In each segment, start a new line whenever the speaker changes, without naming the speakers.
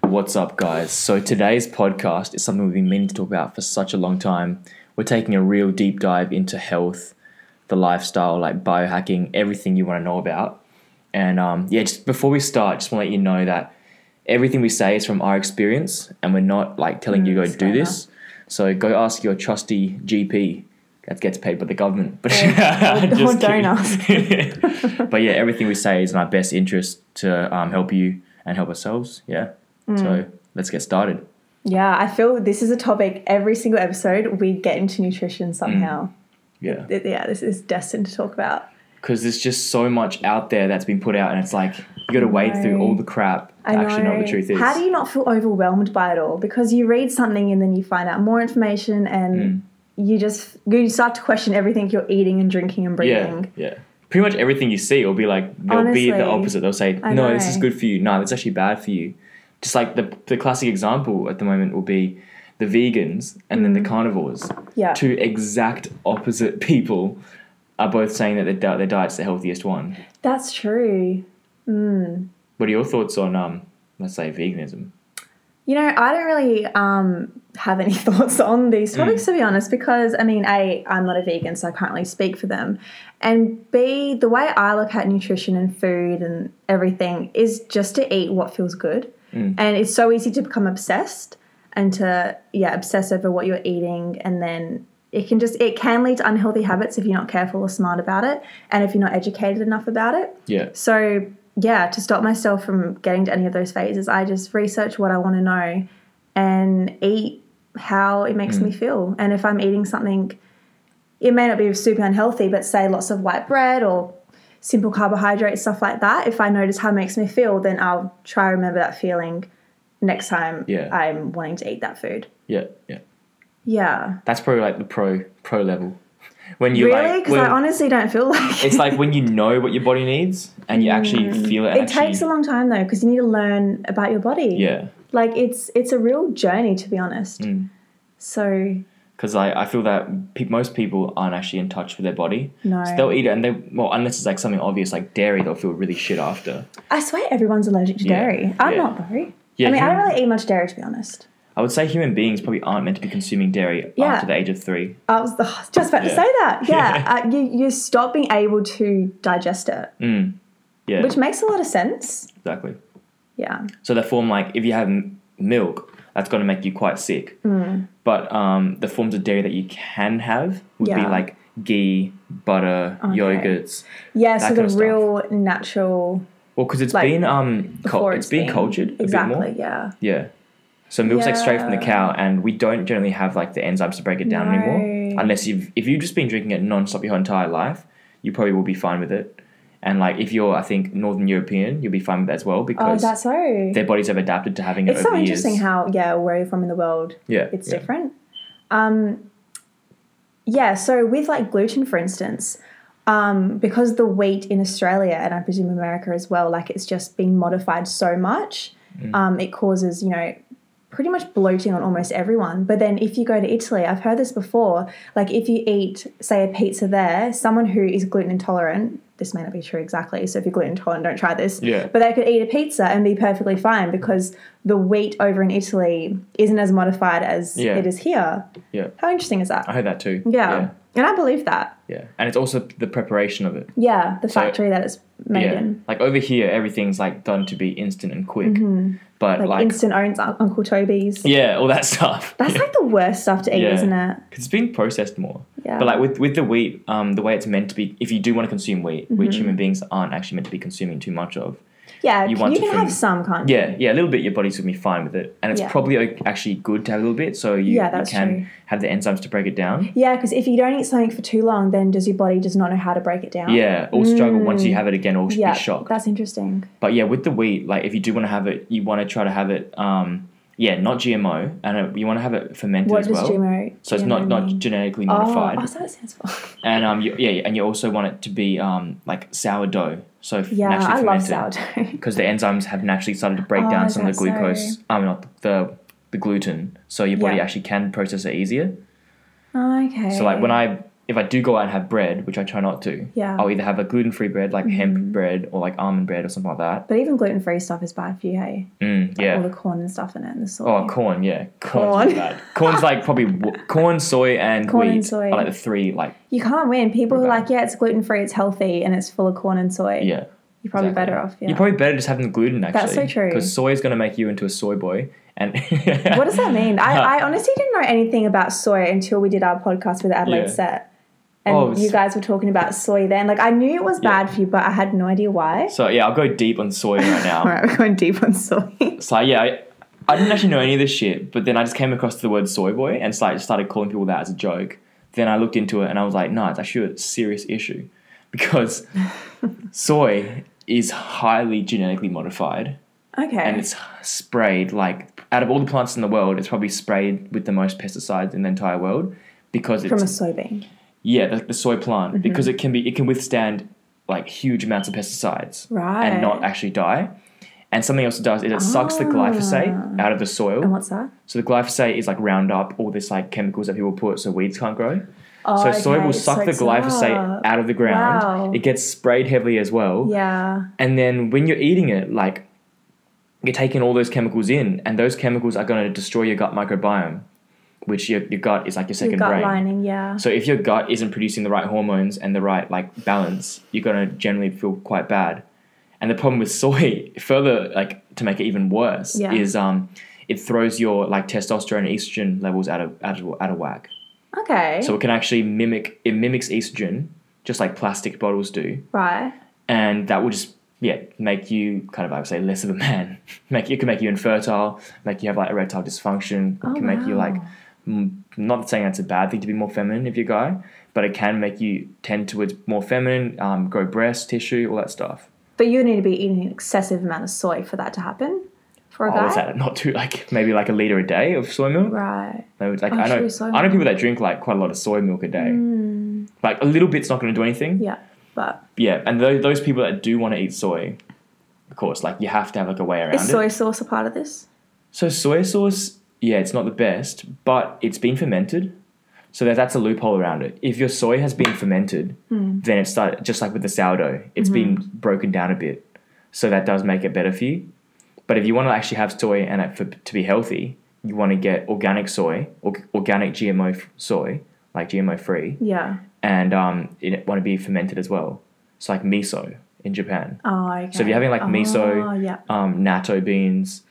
What's up, guys? So, today's podcast is something we've been meaning to talk about for such a long time. We're taking a real deep dive into health, the lifestyle, like biohacking, everything you want to know about. And um, yeah, just before we start, just want to let you know that everything we say is from our experience and we're not like telling you go do this. So, go ask your trusty GP that gets paid by the government. But
Or- or
Just
don't
kidding.
ask.
but yeah, everything we say is in our best interest to um, help you and help ourselves. Yeah.
Mm.
So let's get started.
Yeah, I feel this is a topic every single episode we get into nutrition somehow.
Yeah.
Th- Yeah, this is destined to talk about.
Because there's just so much out there that's been put out, and it's like you got to wade through
know.
all the crap to actually know what the truth is.
How do you not feel overwhelmed by it all? Because you read something and then you find out more information and
Mm.
you just you start to question everything you're eating and drinking and
yeah.
breathing.
Yeah. Pretty much everything you see will be like they'll be the
Honestly.
opposite. They'll say,
I
"No, this
know.
is good for you. No, it's actually bad for you." Just like the the classic example at the moment will be the vegans and
Mm.
then the carnivores.
Yeah.
two exact opposite people are both saying that their, di- their diet's the healthiest one.
That's true.
What are your thoughts on, um, let's say, veganism?
You know, I don't really um, have any thoughts on these topics to be honest, because I mean, A, I'm not a vegan, so I can't really speak for them. And B, the way I look at nutrition and food and everything is just to eat what feels good. And it's so easy to become obsessed and to, yeah, obsess over what you're eating. And then it can just, it can lead to unhealthy habits if you're not careful or smart about it and if you're not educated enough about it.
Yeah.
So yeah, to stop myself from getting to any of those phases, I just research what I want to know and eat how it makes
Mm.
me feel. And if I'm eating something, it may not be super unhealthy, but say lots of white bread or simple carbohydrates, stuff like that. If I notice how it makes me feel, then I'll try to remember that feeling next time
Yeah.
I'm wanting to eat that food.
Yeah. Yeah.
Yeah.
That's probably like the pro pro level. When you
Really?
like,
Because
when-
I honestly don't feel like
it's like when you know what your body needs and you actually feel it. and
Mm. it takes a
actually-
long time though, because you need to learn about your body.
Yeah.
like it's it's a real journey to be honest
Mm.
so
Because I, I feel that pe- most people aren't actually in touch with their body.
No.
So they'll eat it and they, well, unless it's like something obvious like dairy, they'll feel really shit after.
i swear everyone's allergic to
Yeah,
dairy i'm
yeah.
not though
Yeah,
i mean i
human-
don't really eat much dairy to be honest
I would say human beings probably aren't meant to be consuming dairy
Yeah.
after the age of three.
i was oh, just about to
Yeah.
say that
Yeah.
yeah uh, you, you stop being able to digest it
Mm. Yeah.
which makes a lot of sense
exactly.
yeah
So the form, like if you have m- milk, that's going to make you quite sick.
Mm.
But um, the forms of dairy that you can have would be
Yeah.
like ghee, butter,
Okay.
yogurts.
yeah
That
so
kind
the
of stuff.
real natural
Well, because it's
Like,
been um, cul-
before
it's been cultured a
exactly
bit more.
yeah
Yeah. So milk's like straight from the
Yeah.
cow, and we don't generally have like the enzymes to break it down anymore.
No.
Unless you've if you've just been drinking it non-stop your entire life, you probably will be fine with it. And like if you're, I think Northern European, you'll be fine with that as well
oh
because
that's so
their bodies have adapted to having it
it's
over
so
the
interesting
years.
how yeah where you're from in the world
yeah,
it's
yeah.
different. Um, yeah, so with like gluten, for instance, um, because the wheat in Australia and I presume America as well, like it's just been modified so much,
Mm.
um, it causes, you know, pretty much bloating on almost everyone. But then if you go to Italy, I've heard this before, like if you eat, say, a pizza there, someone who is gluten intolerant, this may not be true exactly, so if you're gluten intolerant, don't try this.
Yeah.
But they could eat a pizza and be perfectly fine because the wheat over in Italy isn't as modified as
Yeah.
it is here.
Yeah.
How interesting is
I
that?
heard that too.
Yeah.
yeah.
And I believe that.
Yeah. And it's also the preparation of it.
Yeah, the
So-
factory that it's made
yeah.
in.
Like over here, everything's like done to be instant and quick. But
Mm-hmm. Like,
like,
instant owns Un- Uncle Toby's.
yeah, all that stuff.
That's like the worst stuff to eat,
Yeah.
isn't it?
Because it's being processed more.
Yeah.
But like with, with the wheat, um, the way it's meant to be, if you do want to consume wheat, which
Mm-hmm.
human beings aren't actually meant to be consuming too much of,
Yeah,
you
you,
want to
can
from-
have some, can't you?
yeah, yeah, a little bit, your body's going to be fine with it. And it's
Yeah.
probably like, actually good to have a little bit so you,
Yeah,
you
that's
can
true.
have the enzymes to break it down.
Yeah, because if you don't eat something for too long, then does your body just not know how to break it down?
Yeah, or struggle once you have it again, or
Mm. Yeah,
be shocked.
that's interesting.
But yeah, with the wheat, like if you do want to have it, you want to try to have it, um, yeah, not GMO, and it, you want to have it fermented
What
as
does
well.
GMO?
so it's not
GMO
not
mean?
genetically
Oh,
modified,
oh, so it stands for.
and um, you, yeah, and you also want it to be um like sourdough, so f-
Yeah,
naturally
I love
fermented.
sourdough.
because the enzymes have naturally started to break
Oh,
down
is
some of the
that so?
glucose. I mean, not the the gluten, so your body
Yeah.
actually can process it easier.
okay.
So like when I if I do go out and have bread, which I try not to,
Yeah. Mm-hmm.
I'll either have a gluten free bread like hemp bread or like almond bread or something like that.
But even gluten free stuff is bad for you, hey?
Mm,
Like All
yeah.
the corn and stuff in it and the soy.
Oh, corn. Yeah, corn's
Corn.
really bad. Corn's like probably w- corn, soy, and
Corn
wheat
and soy.
are like the three. Like
you can't win. People are
Right.
like, yeah, it's gluten free, it's healthy, and it's full of corn and soy.
yeah,
You're probably
exactly.
better off. Yeah.
you're probably better just having the gluten actually.
so true.
Because soy is going to make you into a soy boy. And
what does that mean?
Huh.
I, I honestly didn't know anything about soy until we did our podcast with Adelaide
Yeah.
Set. And
Oh, it's-
you guys were talking about soy then. Like, I knew it was
Yeah.
bad for you, but I had no idea why.
So yeah, I'll go deep on soy right now.
All right, we're going deep on soy.
It's like, yeah, I, I didn't actually know any of this shit, but then I just came across the word soy boy and started, started calling people that as a joke. Then I looked into it and I was like, no, it's actually a serious issue because soy is highly genetically modified and
okay.
it's sprayed like out of all the plants in the world, it's probably sprayed with the most pesticides in the entire world because
From
it's
a Mm-hmm. soybean.
yeah the, the soy plant because it can be it can withstand like huge amounts of pesticides
Right.
and not actually die. And something else it does is it sucks the glyphosate out of the
And
soil.
what's that?
So the glyphosate is like Roundup, all this like chemicals that people put so weeds can't grow.
Oh,
so soy
okay,
will
it
suck the
soaks it
glyphosate
up.
out of the ground.
Wow.
It gets sprayed heavily as well.
Yeah.
And then when you're eating it, like you're taking all those chemicals in, and those chemicals are going to destroy your gut microbiome, which your, your gut is like your second
Your gut
brain.
lining, yeah.
So if your gut isn't producing the right hormones and the right like balance, you're gonna generally feel quite bad. And the problem with soy, further like to make it even worse,
Yeah.
is um, it throws your like testosterone and estrogen levels out of out of, out of whack.
okay.
So it can actually mimic it mimics estrogen just like plastic bottles do,
right.
and that will just yeah make you kind of I would say less of a man. make it can make you infertile, make you have like erectile dysfunction, it
Oh,
can make you
wow.
like m- not saying that's a bad thing to be more feminine if you're a guy, but it can make you tend towards more feminine, um, grow breast tissue, all that stuff.
But you need to be eating an excessive amount of soy for that to happen for a
Oh,
guy.
what's that? Not too like maybe like a liter a day of soy milk.
Right.
No, it's like
Oh,
I know
true, soy
I know
milk. Mm.
people that drink like quite a lot of soy milk a day. Like a little bit's not going to do anything.
Yeah. But
Yeah, and those, those people that do want to eat soy, of course, like you have to have like a way around
is
it.
soy sauce a part of this?
So soy sauce, yeah, it's not the best, but it's been fermented. So that, that's a loophole around it. If your soy has been fermented, then it's start, just like with the sourdough, it's been broken down a bit. So that does make it better for you. But if you want to actually have soy and it for, to be healthy, you want to get organic soy, or, organic GMO f- soy, like GMO free,
Yeah.
and um, it want to be fermented as well. It's like miso in Japan
Oh, okay.
if you're having, like, miso-
Oh, yeah.
um, natto beans,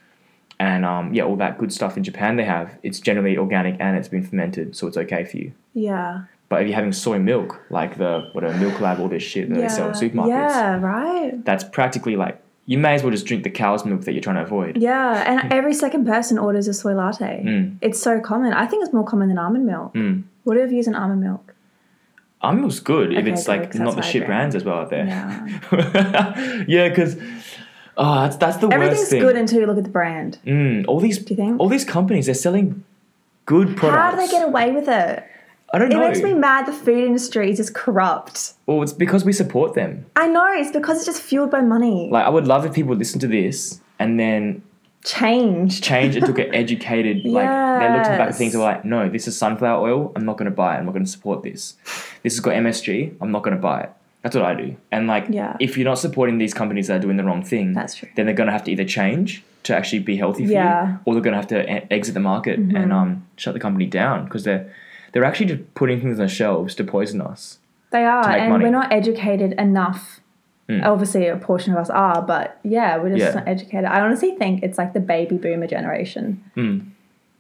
and um, yeah, all that good stuff in Japan they have. It's generally organic and it's been fermented, so it's okay for you.
Yeah.
But if you're having soy milk, like the whatever milk lab, all this shit that
yeah.
they sell in supermarkets,
Yeah, right.
that's practically like you may as well just drink the cow's milk that you're trying to avoid.
Yeah,
Hmm.
and every second person orders a soy latte.
Mm.
It's so common. I think it's more common than almond milk.
Mm.
What if you use an almond milk?
Almond milk's good if
Okay,
it's
good,
like
'cause
not
that's
the
my
shit
brand.
brands as well out there. Yeah, because oh, that's that's the
Everything's
worst thing.
good until you look at the brand.
Mm, all these
Do you think?
all these companies they're selling good products.
How do they get away with it?
I don't
It
know.
makes me mad. The food industry is just corrupt.
well, it's because we support them.
I know it's because it's just fueled by money.
like I would love if people would listen to this and then
Change.
change and took an educated like they looked at the back of
Yes.
things and were like, no, this is sunflower oil. I'm not going to buy it. I'm not going to support this. This has got MSG. I'm not going to buy it. That's what I do. And like,
Yeah.
if you're not supporting these companies that are doing the wrong thing,
That's true.
Then they're going to have to either change to actually be healthy for
Yeah. Mm-hmm.
you, or they're going to have to e- exit the market and um, shut the company down because they're they're actually just putting things on the shelves to poison us.
They are,
make
and
money. Hmm.
we're not educated enough. Obviously, a portion of us are, but yeah, we're just
Yeah.
not educated. I honestly think it's like the baby boomer generation.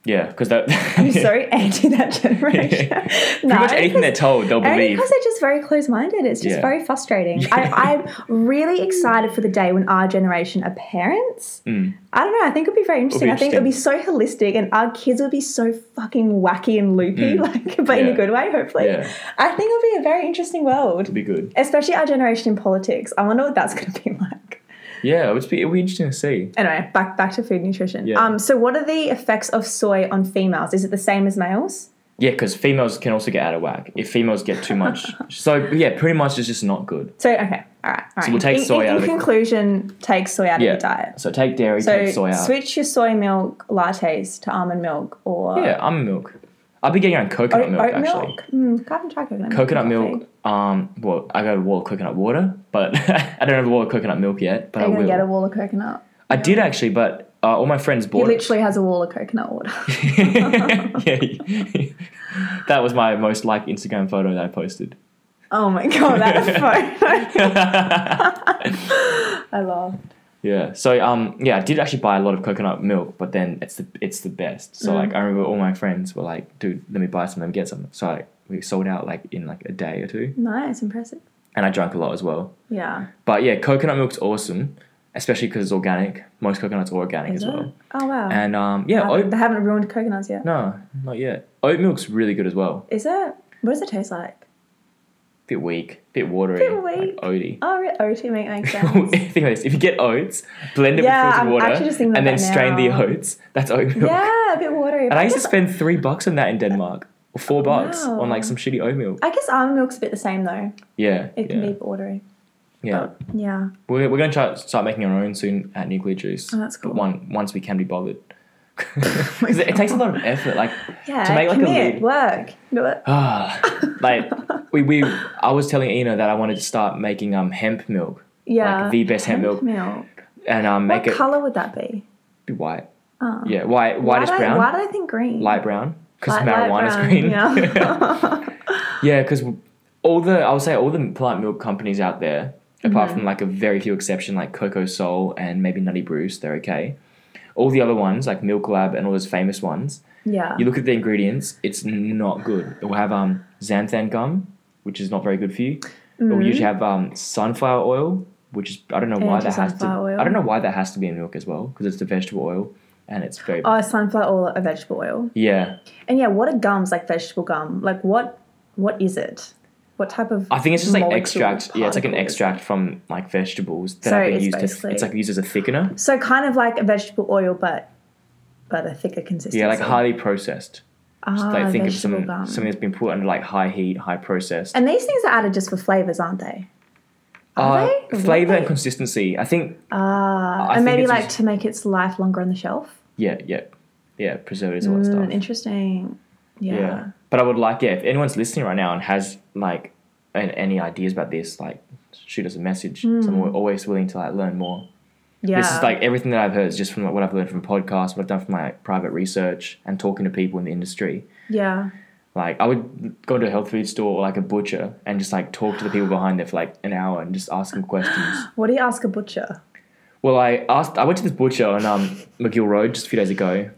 Yeah, because that
I'm so anti that generation. no,
pretty much anything they're
because-
told, they'll
only
believe.
because they're just very close minded. It's just
Yeah.
very frustrating. I, I'm really excited for the day when our generation are parents.
Hmm.
I don't know. I think it would be very interesting. I think it would be so holistic and our kids would be so fucking wacky and loopy, like, but in
Hmm. Yeah.
a good way, hopefully.
Yeah.
I think it'll be a very interesting world,
It'd be good.
especially our generation in politics. I wonder what that's going to be like.
Yeah, it would be, it'd be interesting to see.
Anyway, back back to food nutrition.
Yeah.
Um, so what are the effects of soy on females? Is it the same as males?
Yeah, because females can also get out of whack if females get too much. so yeah, pretty much it's just not good.
So okay, all right, all right. So
we'll take
in,
soy
in,
out of
In
the-
conclusion, take soy out
Yeah.
of your diet.
So take dairy,
So
take soy out.
switch your soy milk lattes to almond milk or
Yeah, almond milk. I've been getting on coconut
Oat,
milk
oat
actually.
milk. Mm, I haven't tried coconut milk.
Coconut
in
milk.
coffee.
Um, well, I got a wall of coconut water, but I don't have a wall of coconut milk yet. But
Are
I
you going
will.
to get a wall of coconut?
I did actually, but uh, all my friends
He
bought it.
literally has a wall of coconut water.
yeah, that was my most liked Instagram photo that I posted.
oh my god, that photo. I love.
Yeah. So um yeah, I did actually buy a lot of coconut milk, but then it's the it's the best. So
Mm.
like I remember all my friends were like, dude, let me buy some, let me get some. So like we sold out like in like a day or two.
Nice, impressive.
And I drank a lot as well.
Yeah.
But yeah, coconut milk's awesome, especially because it's organic. Most coconuts are organic
Is
as
it?
well.
Oh wow.
And um yeah,
Haven't-
oat
they haven't ruined coconuts yet.
no, not yet. Oat milk's really good as well.
Is it? What does it taste like?
Bit weak, bit watery,
Bit weak.
like oaty.
Oh, really? oat make makes sense.
think about this. If you get oats, blend it
Yeah,
with filtered
I'm
water,
actually just thinking
and then
about that
strain the
now.
oats, that's oat milk.
yeah, a bit watery.
And I used to spend three bucks on that in Denmark, or four bucks
Wow.
on like some shitty oatmeal.
I guess almond milk's a bit the same though.
Yeah,
It
yeah,
can be watery.
yeah.
Yeah.
We're, we're gonna try start making our own soon at Nuclear Juice.
Oh, that's cool.
But one, once we can be bothered, 'Cause it, it takes a lot of effort. Like
Yeah.
to make like a
commit,
lid.
work. Do it.
Ah, like we, we I was telling Ina that I wanted to start making um hemp milk
Yeah.
the best hemp milk. and um make
What
it
color would that be?
be white.
Oh.
Yeah, white,
Why
whitish
did I-
brown,
Why did I think green?
light brown, because
Light- light
marijuana's
brown,
green.
Yeah.
Yeah, because all the I would say all the plant milk companies out there, apart
Mm-hmm.
from like a very few exception like Coco Sol and maybe Nutty Bruce, they're okay. All the other ones like Milk Lab and all those famous ones,
yeah.
you look at the ingredients, it's not good. It will have um xanthan gum, which is not very good for you. It
Mm-hmm.
will usually have um sunflower oil, which is I don't know why
Energy
that has to.
sunflower oil.
I don't know why that has to be in milk as well because it's the vegetable oil and it's very
Oh, sunflower oil or vegetable oil.
yeah.
And yeah, what are gums like vegetable gum? Like what what is it? What type of
I think it's just like
molecule
extract. Yeah, it's like an
particle is it?
extract from like vegetables that
So
have been
it's
used. To,
basically-
it's like used as a thickener.
So kind of like a vegetable oil, but but a thicker consistency.
Yeah, like highly processed.
ah,
like think of
vegetable
some
gum.
something that's been put under like high heat, high processed.
And these things are added just for flavors, aren't they? Are
Uh,
they?
Flavor
Really?
and consistency. I think.
Ah,
I
and
think
maybe
it's
like
just-
to make its life longer on the shelf.
Yeah, yeah, yeah. Preservatives, all that
Mm,
stuff.
interesting. Yeah.
yeah. But I would like yeah. If anyone's listening right now and has like an, any ideas about this, like shoot us a message.
Mm.
So I'm always willing to like learn more.
Yeah.
This is like everything that I've heard is just from like, what I've learned from podcasts, what I've done from my private research, and talking to people in the industry.
yeah.
Like I would go into a health food store or like a butcher and just like talk to the people behind there for like an hour and just ask them questions.
What do you ask a butcher?
Well, I asked. I went to this butcher on um, McGill Road just a few days ago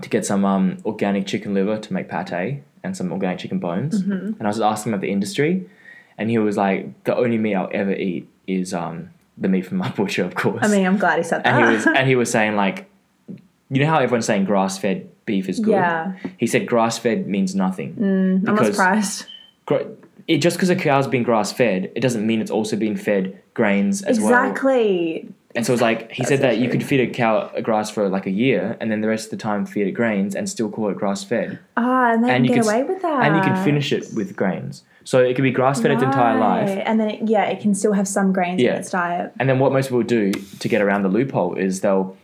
to get some um, organic chicken liver to make pate and some organic chicken bones.
Mm-hmm.
And I was asking him about the industry, and he was like, "The only meat I'll ever eat is um, the meat from my butcher, of course."
I mean, I'm glad he said that.
and he was and he was saying like, you know how everyone's saying grass fed beef is good.
Yeah. Mm,
He said grass fed means nothing.
I'm not
because-
surprised.
gra- it just because a cow's been grass fed, it doesn't mean it's also being fed grains as well.
Exactly.
And so it's like he said
That's
that you
true.
could feed a cow a grass for like a year, and then the rest of the time feed it grains and still call it grass fed,
Ah, and they
and
can
you
get
can
away
s-
with that.
and you can finish it with grains. So it could be grass fed its entire life.
Right. And then, it, yeah, it can still have some grains
Yeah.
in its diet.
And then what most people do to get around the loophole is they'll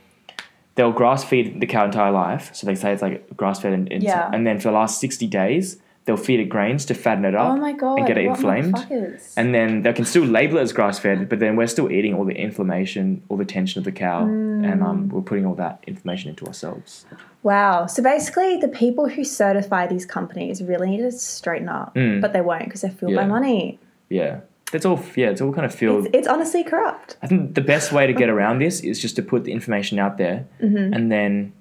they'll grass feed the cow entire life. So they say it's like grass fed, and, and-
Yeah.
and then for the last sixty days they'll feed it grains to fatten it up
Oh my god!
and get it
what
inflamed.
motherfuckers.
And then they can still label it as grass fed, but then we're still eating all the inflammation, all the tension of the cow,
Mm.
and um, we're putting all that information into ourselves.
Wow. So basically, the people who certify these companies really need to straighten up, but they won't because they're fueled by
Hmm. Yeah.
money.
Yeah, that's all. Yeah, it's all kind of
It's,
filled.
it's honestly corrupt.
I think the best way to get around this is just to put the information out there,
Mm-hmm.
and then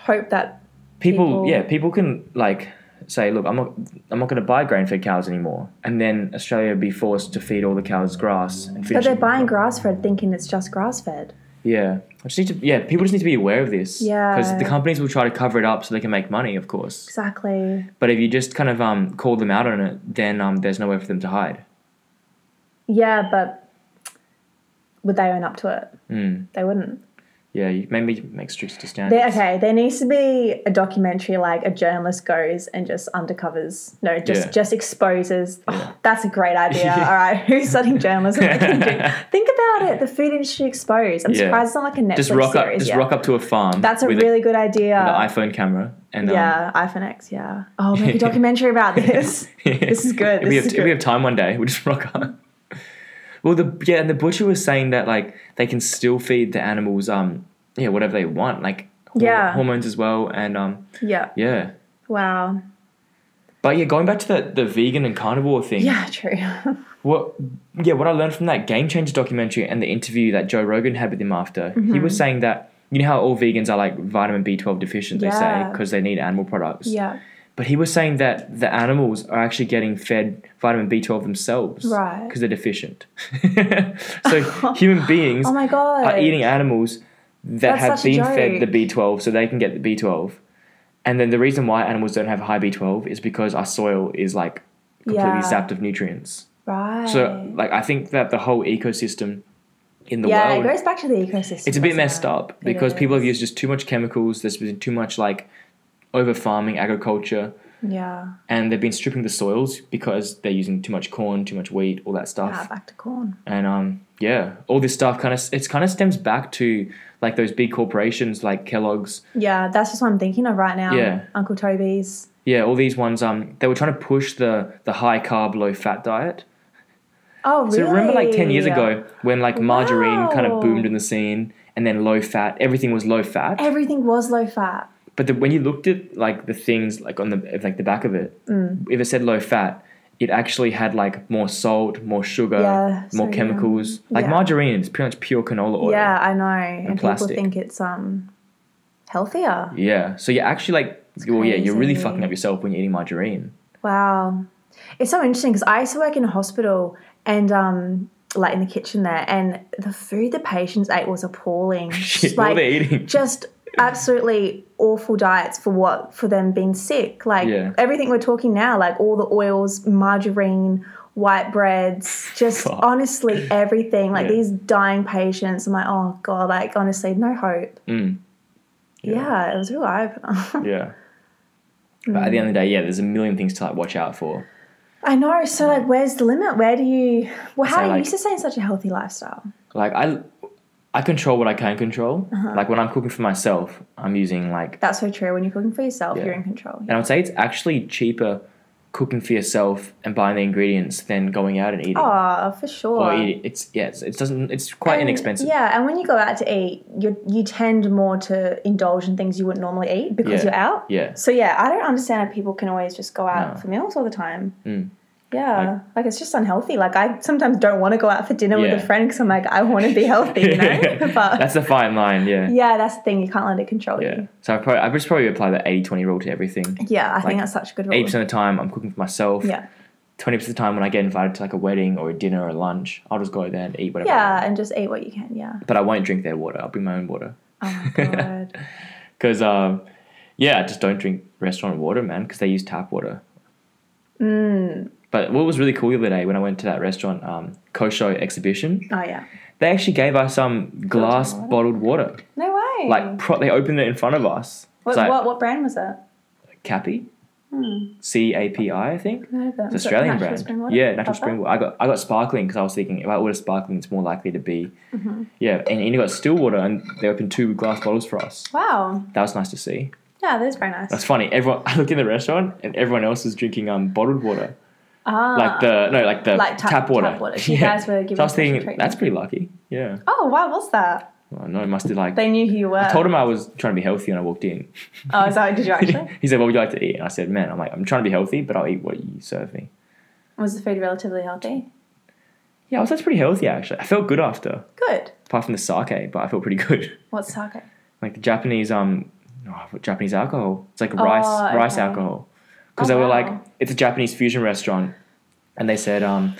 Hope that
people,
People-
yeah, people can like say, look, I'm not, I'm not going to buy grain fed cows anymore, and then Australia would be forced to feed all the cows grass. And
but
finish
they're
it.
buying grass fed thinking it's just grass fed.
Yeah, I just need to. Yeah, people just need to be aware of this. because
Yeah.
the companies will try to cover it up so they can make money, of course.
Exactly.
But if you just kind of um, call them out on it, then um, there's nowhere for them to hide.
Yeah, but would they own up to it?
Mm.
They wouldn't.
Yeah, you maybe make stricter standards.
There, okay, there needs to be a documentary like a journalist goes and just undercovers, no, just
Yeah.
just exposes. Oh, that's a great idea.
Yeah.
All right, who's studying journalism? Think about it. The food industry exposed. I'm
Yeah.
surprised it's not like a Netflix
Just rock up.
series.
Just
yet.
rock up to a farm.
that's a
with
really good
an
idea.
iPhone camera And um,
yeah, iPhone X. Yeah. Oh, make a documentary about this. This is good,
If, we
this
have,
is
if we
good.
have time one day, we'll just rock up. Well, the yeah, and the butcher was saying that like they can still feed the animals um yeah whatever they want like hor-
Yeah.
hormones as well and um
Yeah.
yeah
Wow.
but yeah going back to the the vegan and carnivore thing
Yeah. True.
what yeah what i learned from that game changer documentary and the interview that joe rogan had with him after he
Mm-hmm.
was saying that you know how all vegans are like vitamin b12 deficient they say
Yeah.
because they need animal products
yeah.
but he was saying that the animals are actually getting fed vitamin b12 themselves
Right.
because they're deficient so human beings
Oh my god.
are eating animals that
That's
have
such a
been fed the
joke.
b12 so they can get the b12 and then the reason why animals don't have high b12 is because our soil is like completely
Yeah.
zapped of nutrients
Right.
so, like, I think that the whole ecosystem in the
yeah,
world,
it goes back to the ecosystem.
it's a bit
doesn't
messed
it?
up
It
because people have used
is.
just too much chemicals. There's been too much like over farming, agriculture,
Yeah.
and they've been stripping the soils because they're using too much corn, too much wheat, all that stuff.
Ah, back to corn.
And um, yeah, all this stuff kind of it's kind of stems back to like those big corporations like Kellogg's.
Yeah, that's just what I'm thinking of right now.
Yeah.
Uncle Toby's.
Yeah, all these ones. Um, they were trying to push the the high carb, low fat diet.
Oh, really?
So remember like 10 years ago when like margarine kind of
Wow.
boomed in the scene and then low fat, everything was low fat.
Everything was low fat.
but the, when you looked at like the things like on the like the back of it,
Mm.
if it said low fat, it actually had like more salt, more sugar,
Yeah,
more
sodium.
chemicals. Like
Yeah.
margarine is pretty much pure canola oil.
Yeah, I know. And,
plastic.
people think it's um healthier.
Yeah. So you're actually like well yeah, you're really
crazy.
fucking up yourself when you're eating margarine.
Wow. It's so interesting because I used to work in a hospital and um like in the kitchen there and the food the patients ate was appalling.
Shit, what are they eating?
just absolutely awful diets for what for them being sick. Like
Yeah.
everything we're talking now, like all the oils, margarine, white breads, just
God.
honestly everything. Like
Yeah.
these dying patients, I'm like, oh god, like honestly, no hope.
Mm.
Yeah, it was a real eye opener.
Yeah. But at the end of the day, yeah, there's a million things to like watch out for.
I know. So like, where's the limit? Where do you? Well, how
So,
do you
like-
sustain such a healthy lifestyle?
like I I control what I can control.
Uh-huh.
Like when I'm cooking for myself, I'm using like
That's so true. When you're cooking for yourself,
Yeah.
you're in control.
and I would say it's actually cheaper cooking for yourself and buying the ingredients than going out and eating.
Oh, for sure.
Or eating. It's yeah, it's, it doesn't it's quite
And-
inexpensive.
Yeah, and when you go out to eat, you you tend more to indulge in things you wouldn't normally eat
Yeah.
because you're out.
Yeah.
So yeah, I don't understand how people can always just go out
No.
for meals all the time.
Mm.
Yeah, like, it's just unhealthy. Like I sometimes don't want to go out for dinner
Yeah.
with a friend because I'm like I want to be healthy, you know. but
That's the fine line, yeah. Yeah.
yeah, that's the thing. You can't let it control you.
So I probably I just probably apply the 80-20 rule to everything.
Yeah, I
Like,
think that's such a good
Eighty
rule.
percent of the time I'm cooking for myself.
Yeah,
Twenty percent of the time when I get invited to like a wedding or a dinner or a lunch, I'll just go there and eat whatever. I want.
yeah, and just eat what you can. Yeah.
But I won't drink their water. I'll bring my own water.
Oh my god.
Because, um, yeah, I just don't drink restaurant water, man, because they use tap water.
Mm.
But what was really cool the other day when I went to that restaurant, um, Kosho exhibition,
oh yeah.
they actually gave us um, glass
water?
bottled water.
No way.
Like, pro- they opened it in front of us.
what,
it's like
what what brand was it?
Cappy, C A P I, I think.
No, but
It's Australian
natural
brand.
spring water?
Yeah, natural
Love
spring
that.
water. I got I got sparkling because I was thinking if I order sparkling, it's more likely to be.
Mm-hmm.
Yeah, and, and you got still water, and they opened two glass bottles for us.
Wow.
That was nice to see.
Yeah, that is very nice.
That's funny. Everyone, I looked in the restaurant and everyone else was drinking um bottled water,
ah.
like the no, like the
Like
tap,
tap-
water.
tap water. So you guys were
So
given
I was thinking
special treatment.
that's pretty lucky. Yeah.
oh, why was that?
Well, no, it must have like.
They knew who you were.
I told him I was trying to be healthy when I walked in.
Oh, is that did uh, you actually?
he said, "What would you like to eat?" And I said, "Man, I'm like I'm trying to be healthy, but I'll eat what you serve me."
was the food relatively healthy?
Yeah, I was that's pretty healthy actually. I felt good after,
Good.
apart from the sake, but I felt pretty good.
What's sake?
Like the Japanese um, oh, what- Japanese alcohol. It's like rice
Oh,
rice
okay.
alcohol because
Oh,
they were
wow.
like it's a Japanese fusion restaurant, and they said um,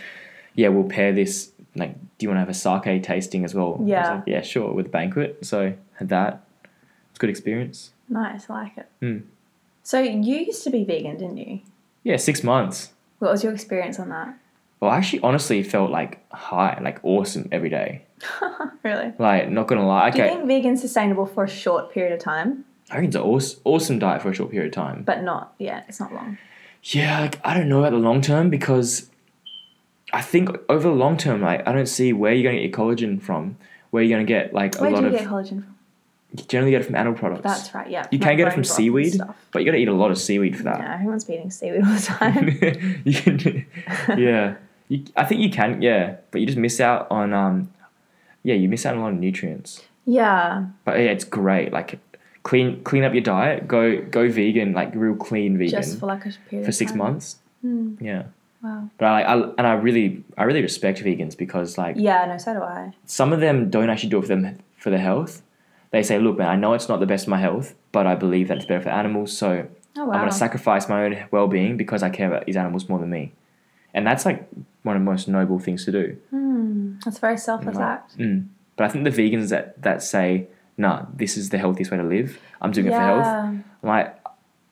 yeah, we'll pair this. Like, do you want to have a sake tasting as well? I was
Yeah.
like, yeah, sure. With a banquet, so had that. It's a good experience.
Nice, I like it.
Hmm.
So you used to be vegan, didn't you?
Yeah, six months.
What was your experience on that?
Well, I actually honestly felt like high, like awesome every day.
Really?
Like, not gonna lie.
Do you
Okay,
think vegan's sustainable for a short period of time,
I think it's an awesome, awesome diet for a short period of time.
but not yeah, it's not long.
Yeah, like, I don't know about the long term because I think over the long term, like I don't see where you're going to get your collagen from, where you're going to get like a
Where do
lot
you
of
get collagen from?
You generally get it from animal products.
That's right. Yeah.
you
Not
can get it
bone broth
from
and
seaweed, Ah.
stuff.
but you got to eat a lot of seaweed for that.
Yeah, everyone's eating seaweed all the time.
you can, yeah. You, I think you can, yeah, but you just miss out on um, yeah, you miss out on a lot of nutrients.
yeah.
But yeah, it's great. Like clean clean up your diet. Go go vegan, like real clean vegan
Just for like a period.
for
of
six
time.
months.
Hmm,
Yeah.
wow.
But I, like, I and I really I really respect vegans because like
Yeah. No. So do I.
some of them don't actually do it for them for their health. They say, look, man, I know it's not the best for my health, but I believe that it's better for animals, so
Oh wow.
I'm gonna sacrifice my own well being because I care about these animals more than me. And that's like one of the most noble things to do.
Hmm, that's very selfless
Like,
act.
Mm. But I think the vegans that, that say, nah, this is the healthiest way to live, I'm doing it for health. I'm like,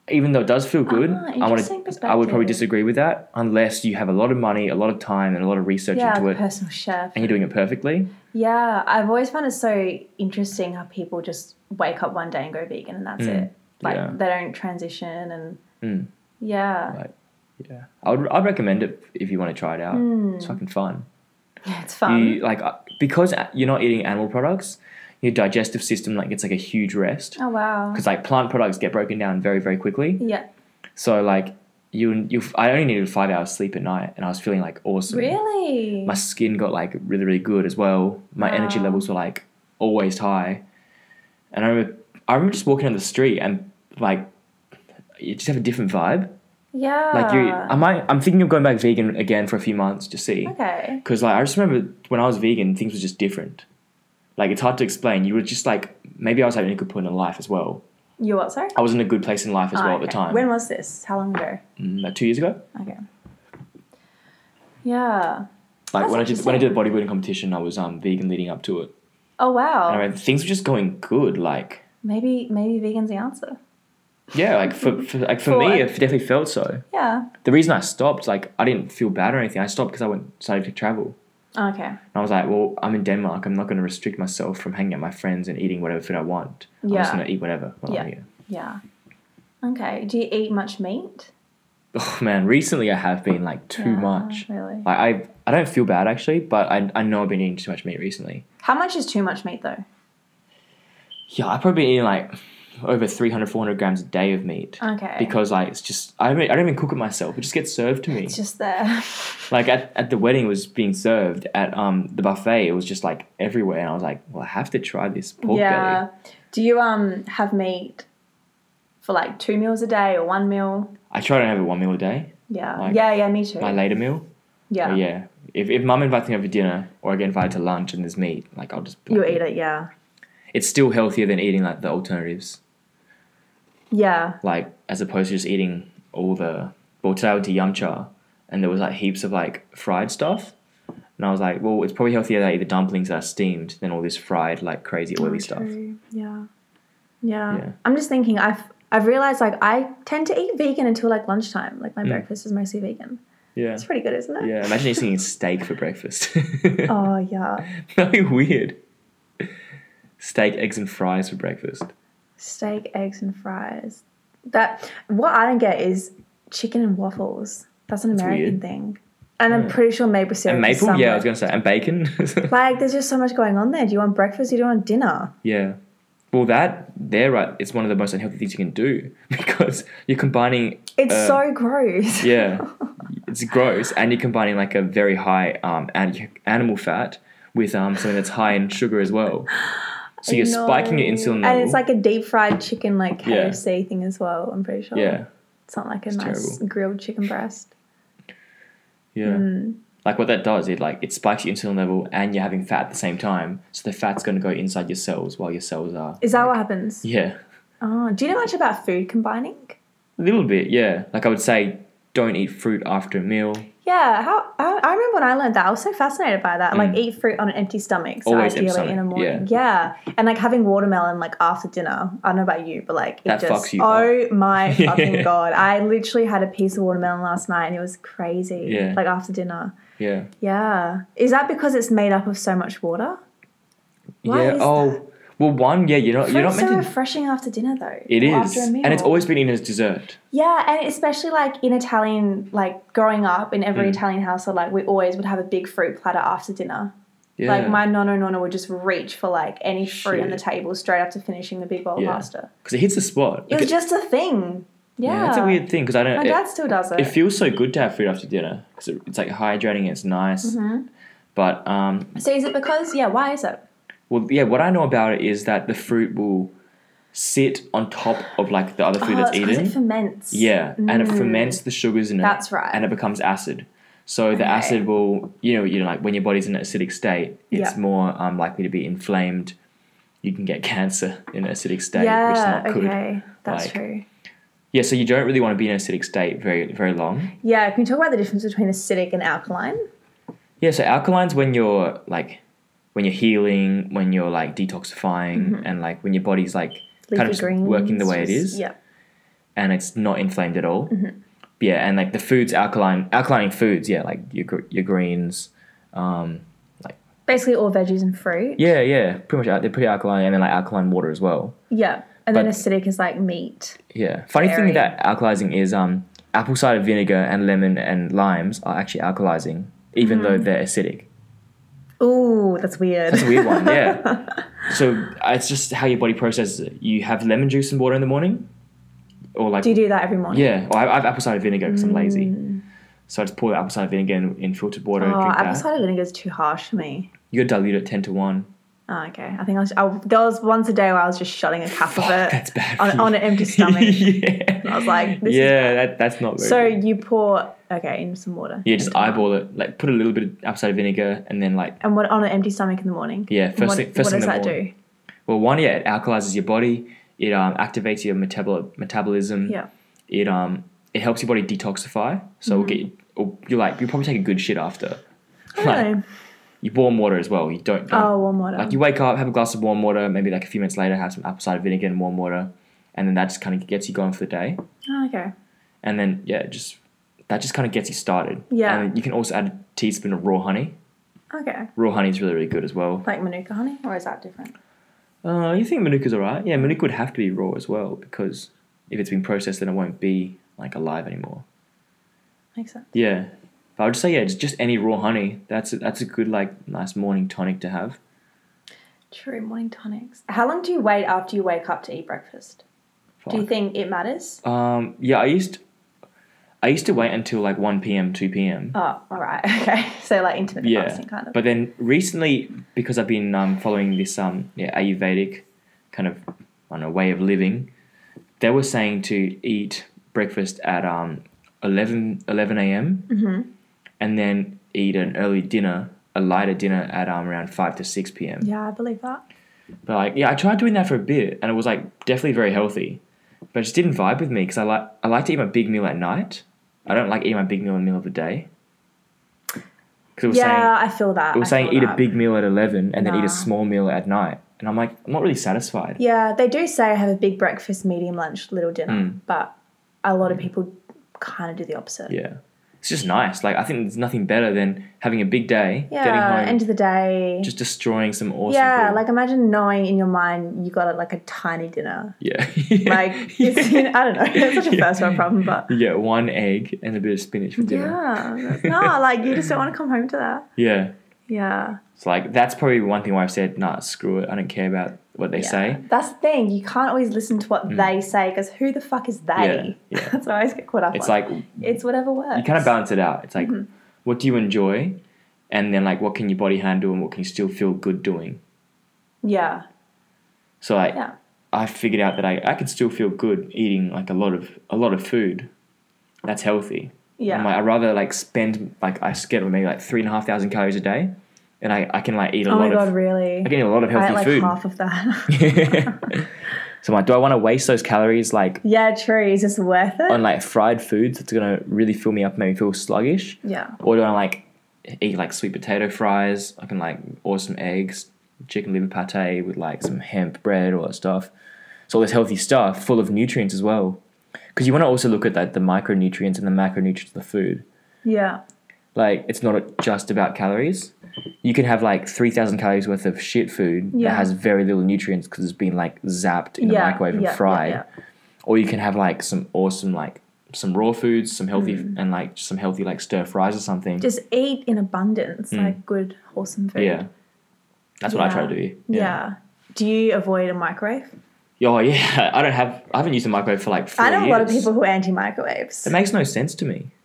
even though it does feel good,
Ah,
I want
interesting
I would probably
perspective.
disagree with that unless you have a lot of money, a lot of time, and a lot of research
Yeah,
into
the
it,
personal chef.
and you're doing it perfectly.
Yeah, I've always found it so interesting how people just wake up one day and go vegan and that's
Mm,
it. Like
yeah.
they don't transition and
Mm.
yeah,
Right. Yeah, I would. I'd recommend it if you want to try it out.
Hmm.
It's fucking fun.
yeah, it's fun.
You like uh, because a- you're not eating animal products, your digestive system like gets like a huge rest
oh wow.
because like plant products get broken down very very quickly.
Yeah.
So like you you I only needed five hours sleep at night and I was feeling like awesome.
Really?
My skin got like really really good as well. My energy
Wow.
levels were like always high, and I remember I remember just walking down the street and like you just have a different vibe.
yeah.
Like you, I might. I'm thinking of going back vegan again for a few months to see.
Ah. okay.
Because like I just remember when I was vegan, things were just different. Like it's hard to explain. You were just like maybe I was having a good point in life as well.
You what? Sorry.
I was in a good place in life as
Ah,
well at
okay.
the time.
When was this? How long ago?
Mm, like two years ago,
Okay. Yeah.
like
That's
when I did when I did the bodybuilding competition, I was um vegan leading up to it.
Oh
And I
wow.
remember things were just going good. Like
Maybe maybe vegan's the answer.
yeah, like for, for like for
For
me,
what?
it definitely felt so.
Yeah.
The reason I stopped, like I didn't feel bad or anything. I stopped because I went started to travel.
Okay.
And I was like, well, I'm in Denmark. I'm not going to restrict myself from hanging out with my friends and eating whatever food I want. I'm just
Yeah.
going to eat whatever while I'm
Yeah.
here.
Yeah. Okay. Do you eat much meat?
Oh, man. Recently, I have been like too
Yeah,
much.
Really.
Like, I, I don't feel bad actually, but I, I know I've been eating too much meat recently.
How much is too much meat though?
Yeah, I've probably been eating like over 300, 400 grams a day of meat.
Okay.
Because like it's just I don't, I don't even cook it myself. It just gets served to me.
It's just there.
Like at, at the wedding, it was being served at um the buffet. It was just like everywhere, and I was like, well, I have to try this pork belly.
yeah. Do you um have meat for like two meals a day or one meal?
I try to have it one meal a day,
Yeah.
Like-
yeah, yeah, me too.
my later meal.
yeah.
But yeah, if, if mum invites me over dinner or I get invited to lunch and there's meat, like I'll just
You eat it, yeah.
It's still healthier than eating like the alternatives,
Yeah.
like as opposed to just eating all the. Well, today I went to Yum Cha and there was like heaps of like fried stuff, and I was like, well, it's probably healthier that I eat the dumplings that are steamed than all this fried like crazy oily stuff.
True. Yeah. yeah.
Yeah.
I'm just thinking I've I've realized like I tend to eat vegan until like lunchtime. Like my breakfast is mostly vegan.
Mm. Yeah,
It's pretty good, isn't it?
yeah. Imagine eating steak for breakfast.
Oh yeah.
That'd be weird. Steak, eggs, and fries for breakfast.
Steak, eggs and fries. That what I don't get is chicken and waffles. That's an American
weird. Hmm.
thing. And I'm pretty sure maple syrup.
And
is
maple, yeah, I
somewhere.
was gonna say, and bacon.
Like, there's just so much going on there. Do you want breakfast? Do you want dinner?
Yeah. Well, that there, right? It's one of the most unhealthy things you can do because you're combining.
It's
uh,
so gross.
Yeah, it's gross, and you're combining like a very high um an- animal fat with um something that's high in sugar as well. So you're spiking your
No.
insulin level.
And it's like a deep fried chicken, like
Yeah.
KFC thing as well, I'm pretty sure.
yeah,
It's not like a
It's
nice
terrible.
grilled chicken breast.
yeah.
Hmm.
Like what that does, it like it spikes your insulin level, and you're having fat at the same time. So the fat's going to go inside your cells while your cells are.
Is that what happens?
Yeah,
Oh, do you know much about food combining?
a little bit. Yeah, like I would say, don't eat fruit after a meal.
Yeah, how I, I remember when I learned that, I was so fascinated by that. Like eat fruit on an empty stomach, so
Mm. Always empty
ideally in a
stomach,
morning. Yeah. and like having watermelon like after dinner. I don't know about you, but like it
That
just
fucks you
oh my
Yeah.
fucking god! I literally had a piece of watermelon last night, and it was crazy.
Yeah.
like after dinner.
Yeah.
Yeah, is that because it's made up of so much water? Why
yeah.
is
oh, well, one. Yeah, you're not. you're not
Fruit's so
meant to.
refreshing after dinner though.
It
or
is,
after a
and it's
meal.
always been eaten as dessert.
Yeah, and especially like in
Mm.
Italian, like growing up in every Italian household, like we always would have a big fruit platter after dinner.
Yeah.
Like my nonna nonna would just reach for like any fruit on the
Shit.
table straight after finishing the big bowl
Yeah.
of pasta.
because it hits the spot.
It
Like,
was just a thing. Yeah.
it's a weird thing because I
My
don't.
dad
It,
still does it.
it feels so good to have food after dinner because it, it's like hydrating. It's nice,
Mm-hmm.
but um,
so is it because yeah, why is it?
Well, yeah, what I know about it is that the fruit will sit on top of like the other food
oh,
that's
it's 'cause
eaten.
it ferments. Mm.
yeah, and it ferments the sugars in it.
That's right.
And it becomes acid. So the
Okay.
acid will, you know, you know, like when your body's in an acidic state, it's
Yeah.
more um, likely to be inflamed. You can get cancer in an acidic state, which is
Yeah,
not good.
okay. That's
Like-
true.
Yeah, so you don't really want to be in an acidic state very, very long.
Yeah, can you talk about the difference between acidic and alkaline?
Yeah, so alkaline's when you're like, when you're healing, when you're like detoxifying, and like when your body's like kind of
Mm-hmm. Leafy
just
greens,
working the way it
just-
is.
Yeah.
and it's not inflamed at all.
Mm-hmm.
Yeah, and like the foods alkaline alkaline foods, yeah, like your gr- your greens.
Basically all veggies and fruit.
Yeah, yeah, pretty much al- they're pretty alkaline, and then like alkaline water as well.
Yeah. And then
But-
acidic is like meat.
Yeah, funny
Very.
thing that alkalizing is um apple cider vinegar and lemon and limes are actually alkalizing, even though
Mm-hmm.
they're acidic.
Ooh, that's weird.
It's a weird one, yeah. So uh, it's just how your body processes it. You have lemon juice and water in the morning, or like
Do you do that every morning?
yeah, or I, I have apple cider vinegar because I'm lazy. So I just pour the apple cider vinegar in, in filtered water. and
Oh,
drink
apple
that.
cider vinegar is too harsh for me.
You gotta dilute it ten to one.
Oh, okay. I think I was. I, there was once a day where I was just shutting a cup of it
that's bad for
on,
you.
on an empty stomach.
yeah.
I was like, this is
yeah, that, that's not very
So
good.
you pour okay in some water.
Yeah, just eyeball it. Like, put a little bit of apple cider vinegar, and then like,
And what on an empty stomach in the morning?
Yeah,
And
first
what,
thing- first
what
thing
does
in the
that
morning. well, one, yeah, it alkalizes your body. It um, activates your metabol- metabolism.
do? Yeah.
It um, it helps your body detoxify. So it'll get you, or you're like, you'll probably take a good shit after.
Mm-hmm. I don't know.
You warm water as well. You don't. don't-
Oh, warm water.
Like you wake up, have a glass of warm water. Maybe like a few minutes later, have some apple cider vinegar and warm water, and then that just kind of gets you going for the day.
oh, okay.
and then yeah, just that just kind of gets you started.
Yeah.
and you can also add a teaspoon of raw honey.
Okay.
Raw honey is really really good as well.
Like manuka honey, or is that different?
Uh, you think manuka's alright? Yeah, manuka would have to be raw as well because if it's been processed, then it won't be like alive anymore.
Makes sense.
Yeah, but I would say yeah, just, just any raw honey. That's a, that's a good like nice morning tonic to have.
True. Morning tonics. How long do you wait after you wake up to eat breakfast? Do you
Fuck.
think it matters?
Um, yeah, I used I used to wait until like one p.m. two p.m.
Oh, all right. Okay. So like intermittent
yeah,
fasting kind of.
but then recently because I've been um, following this um yeah Ayurvedic kind of I don't know way of living, they were saying to eat breakfast at um 11, 11 a.m.
Mm-hmm.
and then eat an early dinner, a lighter dinner at um around five to six p.m.
yeah, I believe that.
But like yeah, I tried doing that for a bit and it was like definitely very healthy, but it just didn't vibe with me because I like I like to eat my big meal at night. I don't like eating my big meal in the middle of the day. 'Cause it was saying-
Yeah, I feel that.
it was
I
saying
feel
eat a
that.
big meal at 11 and then eat
Nah.
a small meal at night. And I'm like, I'm not really satisfied.
Yeah, they do say have a big breakfast, medium lunch, little dinner,
Hmm.
but a lot of people kind of do the opposite.
Yeah. It's just nice. Like, I think there's nothing better than having a big day, getting
Yeah,
home,
end of the day.
just destroying some awesome
yeah,
food.
like imagine knowing in your mind you got like a tiny dinner.
yeah.
Like, it's, I don't know, it's such a first world problem, but
You get one egg and a bit of spinach for dinner.
yeah, no, like you just don't want to come home to that.
Yeah.
Yeah,
It's like, that's probably one thing why I've said, nah, screw it. I don't care about what they
yeah.
say. Hmm.
That's the thing. You can't always listen to what they say because who the fuck is they?
Yeah, yeah.
That's what I always get caught up.
It's
on.
like, you
it's whatever works.
kind of balance it out. It's like,
Mm-hmm.
what do you enjoy? And then, like, what can your body handle and what can you still feel good doing?
Yeah,
So, like,
yeah,
I figured out that I, I could still feel good eating like a lot of a lot of food that's healthy.
yeah.
I'm like, I'd rather like spend like I schedule maybe like three and a half thousand calories a day and I, I can like eat a
oh my
lot
god,
of
really?
I can eat a lot of
I
healthy
ate like
food.
half of that.
so I'm like, do I want to waste those calories like
Yeah, true. Is this worth it?
on like fried foods that's gonna really fill me up and make me feel sluggish?
yeah.
Or do I like eat like sweet potato fries? I can like or some eggs, chicken liver pate with like some hemp bread, all that stuff. So all this healthy stuff, full of nutrients as well. Because you want to also look at like the micronutrients and the macronutrients of the food.
Yeah.
Like it's not just about calories. You can have like three thousand calories worth of shit food
Yeah.
that has very little nutrients because it's been like zapped in
yeah.
the microwave and
yeah, yeah,
fried
yeah.
or you can have like some awesome like some raw foods, some healthy
Mm.
and like some healthy like stir fries or something.
Just eat in abundance, like good, wholesome food.
Mm. yeah, That's what I try to do.
Yeah. Do you avoid a microwave?
Oh yeah, I don't have. I haven't used a microwave for like. Four
I know a lot of
years.
people who are anti microwaves.
It makes no sense to me.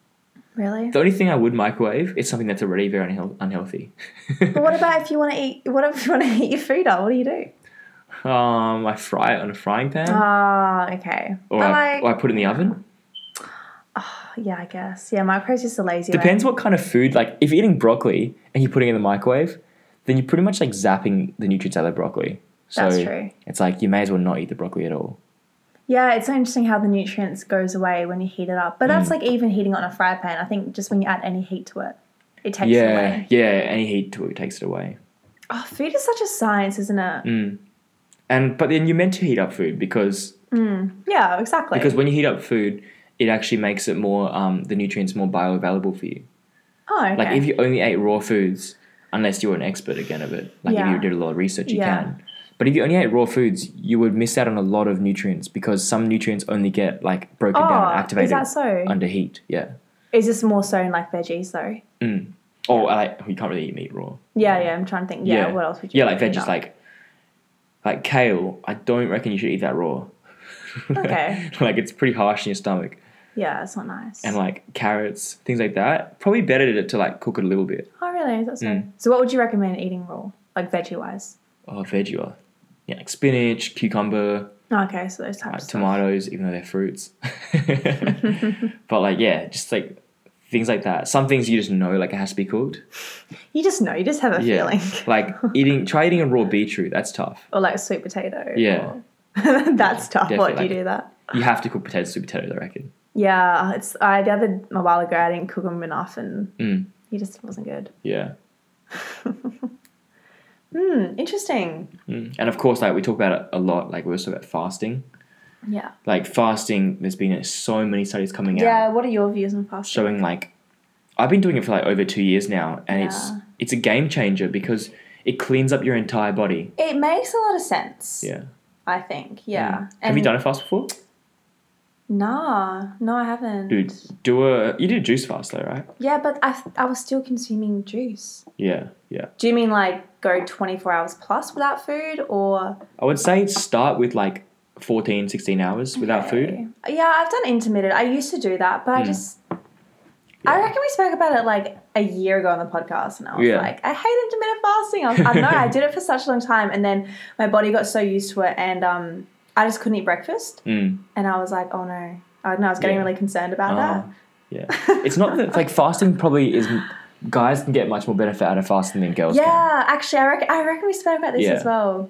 Really?
The only thing I would microwave is something that's already very unheal- unhealthy.
But what about if you want to eat? What if you want to eat your food up? What do you do?
Mm. um, I fry it on a frying pan,
Ah, okay.
or,
but
I,
like,
or I put it in the oven.
yeah, I guess. Yeah, microwaves just a lazy. way.
Depends what kind of food. Like, if you're eating broccoli and you're putting it in the microwave, then you're pretty much like zapping the nutrients out of the broccoli. So
That's true.
It's like you may as well not eat the broccoli at all.
Yeah, it's so interesting how the nutrients goes away when you heat it up. But
Mm.
that's like even heating on a fry pan. I think just when you add any heat to it, it takes it
yeah,
away.
yeah. Any heat to it takes it away.
Oh, food is such a science, isn't it?
Mm. And but then you're meant to heat up food because
Yeah, exactly.
because when you heat up food, it actually makes it more um, the nutrients more bioavailable for you.
oh, okay.
Like if you only ate raw foods, unless you were an expert again of it, like if
Yeah.
you did a lot of research, you
Yeah.
can. But if you only ate raw foods, you would miss out on a lot of nutrients because some nutrients only get like broken down, and
Oh,
activated
is that so?
under heat. Yeah.
is this more so in like veggies though?
Oh, like you can't really eat meat raw.
Yeah, yeah. I'm trying to think. Yeah, what else would you?
Yeah, like
heat
veggies,
up?
like like kale. I don't reckon you should eat that raw.
Okay.
like it's pretty harsh in your stomach.
yeah, it's not nice.
And like carrots, things like that. Probably better to, to like cook it a little bit.
oh, really? Is that so?
mm.
So, what would you recommend eating raw, like veggie wise?
Oh, veggie oil. Yeah, like spinach, cucumber,
Okay, so those
like
types. of
tomatoes, even though they're fruits. but like, yeah, just like things like that. Some things you just know, like it has to be cooked.
stuff. You just know. You just have a
Yeah,
feeling.
like eating. Try eating a raw beetroot. That's tough.
or like sweet potato.
Yeah.
or- that's tough.
Definitely,
What do you
like-
do that?
You have to cook potatoes sweet potatoes. I reckon.
Yeah, it's I the other a while ago I didn't cook them enough and
Mm.
he just wasn't good.
Yeah.
Hmm, interesting.
Mm. And of course, like we talk about it a lot. Like we also about fasting.
Yeah.
Like fasting, there's been so many studies coming
yeah.
out
What are your views on fasting?
showing like, I've been doing it for like over two years now, and it's
Yeah.
it's a game changer because it cleans up your entire body.
It makes a lot of sense.
Yeah. Mm.
I think. Yeah.
Have you done a fast before?
Nah, no, I haven't.
Dude, do a you did a juice fast though, right?
Yeah, but I I was still consuming juice.
Yeah, yeah.
Do you mean like go twenty four hours plus without food or
I would say start with like 14, 16 hours without food. Mm.
Yeah, I've done intermittent. I used to do that, but I just. I
Yeah.
reckon we spoke about it like a year ago on the podcast, and I was
Yeah.
like, I hate intermittent fasting. I, was, I don't know. I did it for such a long time, and then my body got so used to it, and um, I just couldn't eat breakfast,
Mm,
and I was like, oh no. I, no, I was getting
Yeah.
really concerned about
uh,
that.
yeah. It's not that like fasting probably is guys can get much more benefit out of fasting than girls can.
Yeah, actually, I reckon I reckon we spoke about this
Yeah.
as well.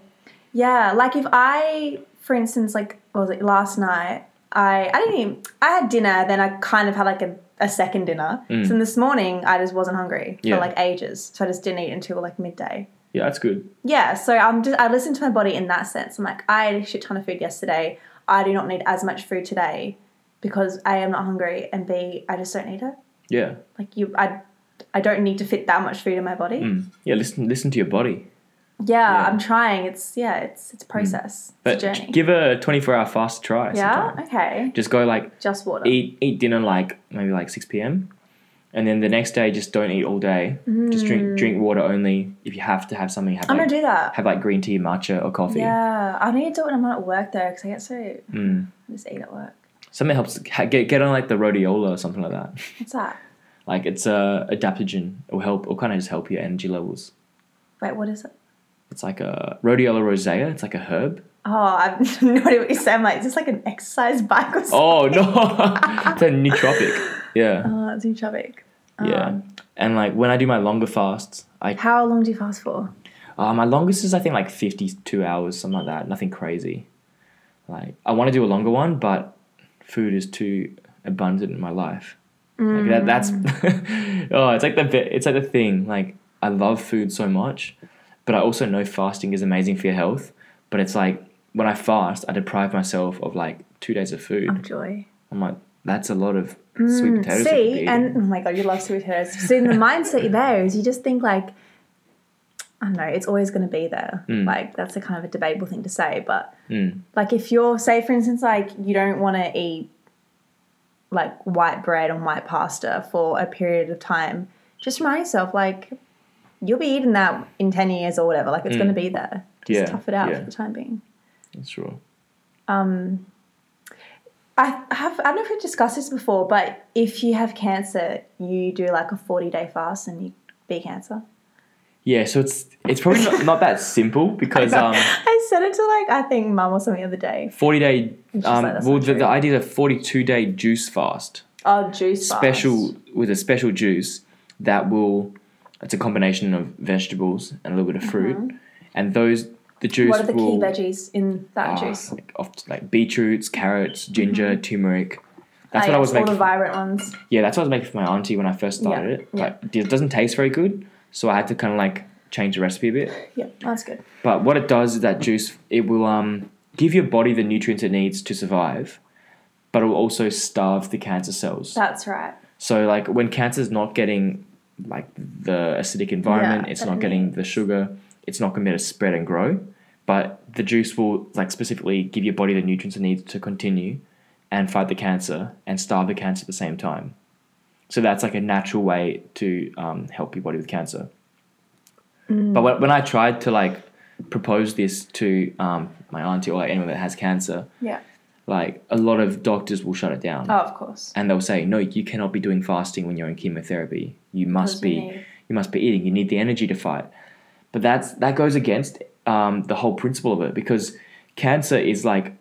Yeah, like if I, for instance, like what was it last night? I I didn't even I had dinner, then I kind of had like a, a second dinner. So then this morning I just wasn't hungry
Mm. Yeah.
for like ages, so I just didn't eat until like midday.
Yeah, that's good.
Yeah, so I'm just I listen to my body in that sense. I'm like I ate a shit ton of food yesterday. I do not need as much food today because a I'm not hungry and b I just don't need it.
Yeah.
Like you, I I don't need to fit that much food in my body.
Mm. Yeah, listen listen to your body.
Yeah,
Yeah. Mm.
I'm trying. It's yeah, it's it's a process.
But
It's a journey.
give a 24-hour fast a try
yeah,
sometime.
okay.
Just go like
Just water.
eat eat dinner like maybe like 6 p.m. And then the next day just don't eat all day. Just drink drink water only if you have to have something have
I'm
like,
gonna Mm. do that.
have like green tea, matcha or coffee.
Yeah, I need to do it when I'm not at work though, because I get so
Mm.
I just eat at work.
Something that helps ha- get get on like the rhodiola or something like that.
What's that?
Like it's a adaptogen or help or kind of just help your energy levels.
Wait, what is it?
It's like a rhodiola rosea. It's like a herb.
Oh, I have no idea what you said. I'm like, is this like an exercise bike or something?
Oh no, it's a nootropic. Yeah,
Oh, it's nootropic. uh.
yeah. And like when I do my longer fasts, I
Um, How long do you fast for?
uh, my longest is I think like fifty two hours, something like that. Nothing crazy. Like I want to do a longer one, but food is too abundant in my life. Like that, that's
Mm.
oh, it's like the bit- it's like the thing. Like I love food so much, but I also know fasting is amazing for your health. But it's like when I fast, I deprive myself of like two days of
Oh,
food.
joy.
I'm like, that's a lot of sweet potatoes. that could be
Mm, See,
eaten.
and oh my god, you love sweet potatoes. See, the mindset there is you just think like, I don't know, it's always going to be there.
Hmm.
Like that's a kind of a debatable thing to say, but like if you're, say, for instance, like you don't want to eat like white bread and white pasta for a period of time, just remind yourself like you'll be eating that in 10 years or whatever. Like it's going to be there. Just
Hmm. Yeah,
tough it out
yeah.
for the time being.
That's right.
Um, I have, I don't know if we've discussed this before, but if you have cancer, you do like a 40 day fast and you beat cancer.
Yeah, so it's it's probably not, not that simple because um,
I said it to like, I think mum or something the other day.
forty day.
It's just
Um,
like, that's
well,
not
the,
true.
the idea of forty two day juice fast,
Oh, juice fast.
special with a special juice that will. It's a combination of vegetables and a little bit of fruit, and those the juice.
Mm-hmm. What are the
will,
key veggies in that
Ah,
juice?
Like, oft- like beetroots, carrots, ginger, turmeric. That's what I
Oh, Mm-hmm. yeah,
was
all the
making.
vibrant ones.
yeah, that's what I was making for my auntie when I first started
Yeah,
it. Like, it doesn't taste very good, so I had to kind of like change the recipe a bit.
Yeah, that's good.
But what it does is that juice, it will um, give your body the nutrients it needs to survive, but it will also starve the cancer cells.
That's right.
So like when cancer's not getting like the acidic environment,
Yeah,
it's
that
not
it
getting the sugar, it's not going to spread and grow. But the juice will like specifically give your body the nutrients it needs to continue and fight the cancer and starve the cancer at the same time. So that's like a natural way to um, help your body with cancer.
Mm.
But when, when I tried to like propose this to um, my auntie or like anyone that has cancer,
Yeah.
like a lot of doctors will shut it down
Oh, of course.
and they'll say, "No, you cannot be doing fasting when you're in chemotherapy. You must
Because
be,
you
you,
need-
must be eating. You need the energy to fight." But that's that goes against um, the whole principle of it because cancer is like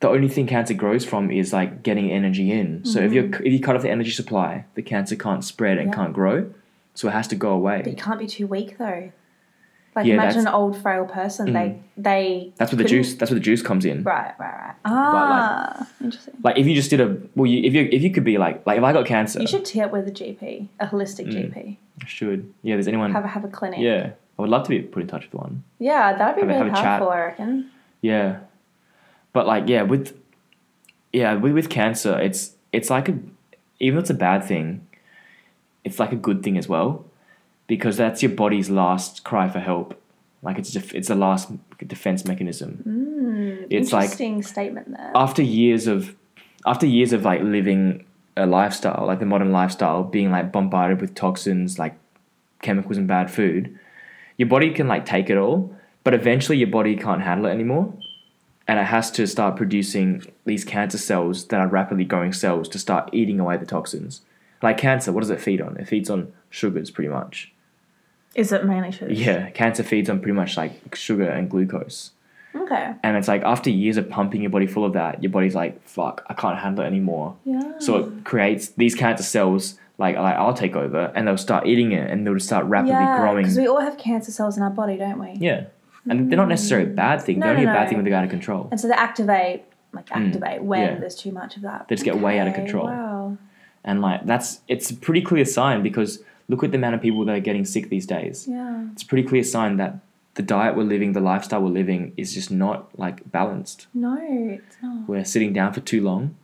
the only thing cancer grows from is like getting energy in. So if you are if you cut off the energy supply, the cancer can't spread and
Mm-hmm. Yeah.
can't grow, so it has to go away.
But you can't be too weak though. Like
Yeah, that's-
imagine
Mm.
an old frail person. They they.
that's where the
couldn't-
juice. That's where the juice comes in.
Right, right, right. Ah, interesting.
Like if you just did a well, you, if you if you could be like like if I got cancer,
You should tee up with a GP, a
Mm.
holistic GP.
I should yeah. There's anyone?
Have a have a clinic.
Mm. yeah, I would love to be put in touch with one.
Yeah, that'd be
Have a-
really
have a chat.
powerful. I reckon.
Yeah. But like yeah, with yeah, with, with cancer, it's it's like a even though it's a bad thing, it's like a good thing as well because that's your body's last cry for help. Like it's def- it's the last defense mechanism. It's like
interesting statement there.
after years of after years of like living a lifestyle, like the modern lifestyle, being like bombarded with toxins, like chemicals and bad food, your body can like take it all, but eventually your body can't handle it anymore. And it has to start producing these cancer cells that are rapidly growing cells to start eating away the toxins. Like cancer, what does it feed on? It feeds on sugars pretty much.
Is it mainly sugar?
Yeah, cancer feeds on pretty much like sugar and glucose.
Okay.
And it's like after years of pumping your body full of that, your body's like, fuck, I can't handle it anymore.
Yeah.
So it creates these cancer cells like, like I'll take over and they'll start eating it and they'll just start rapidly
yeah,
growing.
because we all have cancer cells in our body, don't we?
yeah. And they're not necessarily a bad thing.
Mm. No,
they're only
no,
a bad
no.
thing when they go out of control.
And so they activate, like activate when
Mm. yeah.
there's too much of that.
They just get way out of
Okay,
control.
Wow.
And like that's it's a pretty clear sign because look at the amount of people that are getting sick these days.
Yeah.
It's a pretty clear sign that the diet we're living, the lifestyle we're living is just not like balanced.
No, it's not.
We're sitting down for too long.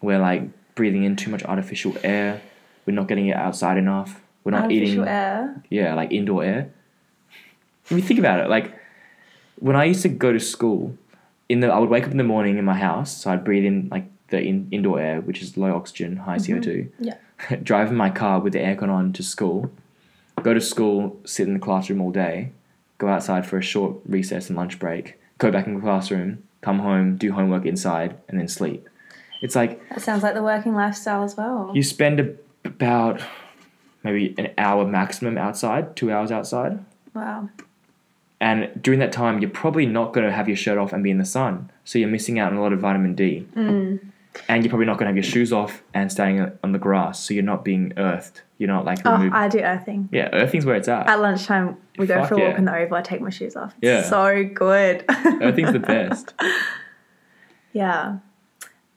We're like breathing in too much artificial air. We're not getting it outside enough. We're not
Artificial
eating
air.
yeah, like indoor air. I mean, think about it. Like when I used to go to school, in the I would wake up in the morning in my house, so I'd breathe in like the in, indoor air, which is low oxygen, high CO two.
Yeah.
Drive in my car with the aircon on to school. Go to school, sit in the classroom all day. Go outside for a short recess and lunch break. Go back in the classroom. Come home, do homework inside, and then sleep. It's like
That sounds like the working lifestyle as well.
you spend ab- about maybe an hour maximum outside, two hours outside.
Wow.
And during that time, you're probably not going to have your shirt off and be in the sun. So you're missing out on a lot of vitamin D.
Mm.
And you're probably not going to have your shoes off and standing on the grass. So you're not being earthed. You're not like
Oh,
removed.
I do earthing.
yeah, earthing's where it's at.
At lunchtime, we go
Fuck
for a walk
yeah.
in the oval. I take my shoes off. It's
Yeah.
so good.
earthing's the best.
Yeah.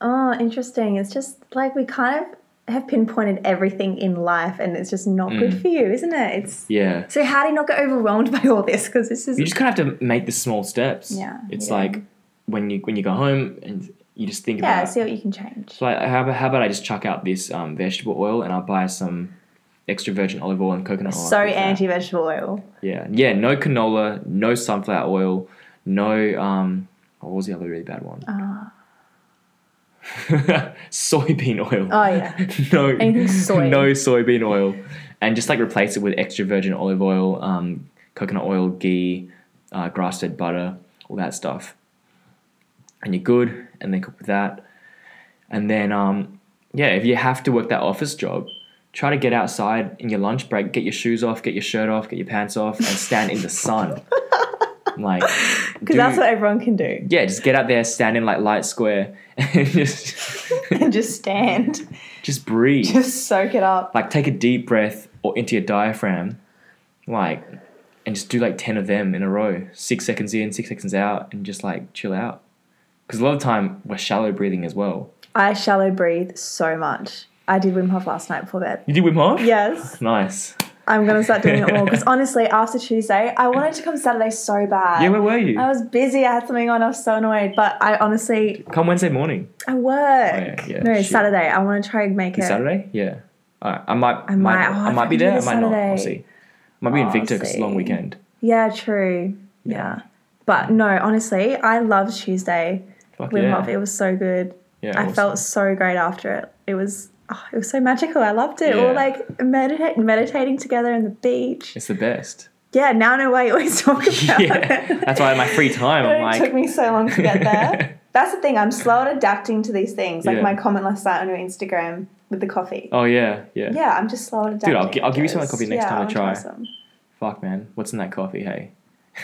Oh, interesting. It's just like we kind of have pinpointed everything in life, and it's just not
Mm.
good for you, isn't it? It's
Yeah.
so how do you not get overwhelmed by all this? Because this is
You just kind of have to make the small steps.
Yeah,
It's
yeah.
like when you when you go home and you just think
yeah.
about
See what you can change.
So like, how about, how about I just chuck out this um, vegetable oil and I'll buy some extra virgin olive oil and coconut oil.
So
after that.
anti vegetable oil.
Yeah, yeah. No canola, no sunflower oil, no. Um, what was the other really bad one?
Ah.
soybean oil.
Oh yeah.
no,
Anything soy.
no soybean oil, and just like replace it with extra virgin olive oil, um, coconut oil, ghee, uh, grass fed butter, all that stuff. And you're good, and then cook with that. And then, um, yeah, if you have to work that office job, try to get outside in your lunch break, get your shoes off, get your shirt off, get your pants off, and stand in the sun. Like,
Because that's what everyone can do.
yeah, just get out there, stand in like light square, and just
And just stand.
just breathe.
Just soak it up.
like take a deep breath or into your diaphragm, like, and just do like ten of them in a row, six seconds in, six seconds out, and just like chill out. Because a lot of time we're shallow breathing as well.
I shallow breathe so much. I did Wim Hof last night before bed.
You did Wim Hof?
Yes,
Nice.
I'm gonna start doing it more because honestly, after Tuesday, I wanted to come Saturday so bad.
Yeah, where were you?
Uh, I was busy. I had something on. I was so annoyed, but I honestly,
Come Wednesday morning.
I
Oh,
work.
yeah, yeah,
no,
shit.
Saturday. I want to try and make it.
Is Saturday? Yeah. Alright, I might. I
might-
might.
oh,
I
I
might be
can't do
there. I might
this
not. I'll
Saturday.
see. I might be in
I'll
Victor because it's a long
see.
weekend.
Yeah, true. Yeah. But no, honestly, I loved Tuesday
Fuck
Wim
yeah.
Hof. It was so good.
Yeah.
I
awesome.
felt so great after it. It was oh, it was so magical. I loved it.
Yeah.
Or like medita- meditating together on the beach.
It's the best.
Yeah, now I know why you always talk about
yeah.
it.
That's why in my free time I'm
it
like.
took me so long to get there. That's the thing. I'm slow at adapting to these things. Like
Yeah.
my comment last night on your Instagram with the coffee.
Oh yeah, yeah.
Yeah, I'm just slow at adapting.
I'll gi- I'll give you some of that
because-
coffee next
yeah,
time I
wanna
try.
some.
Fuck, man. What's in that coffee? Hey.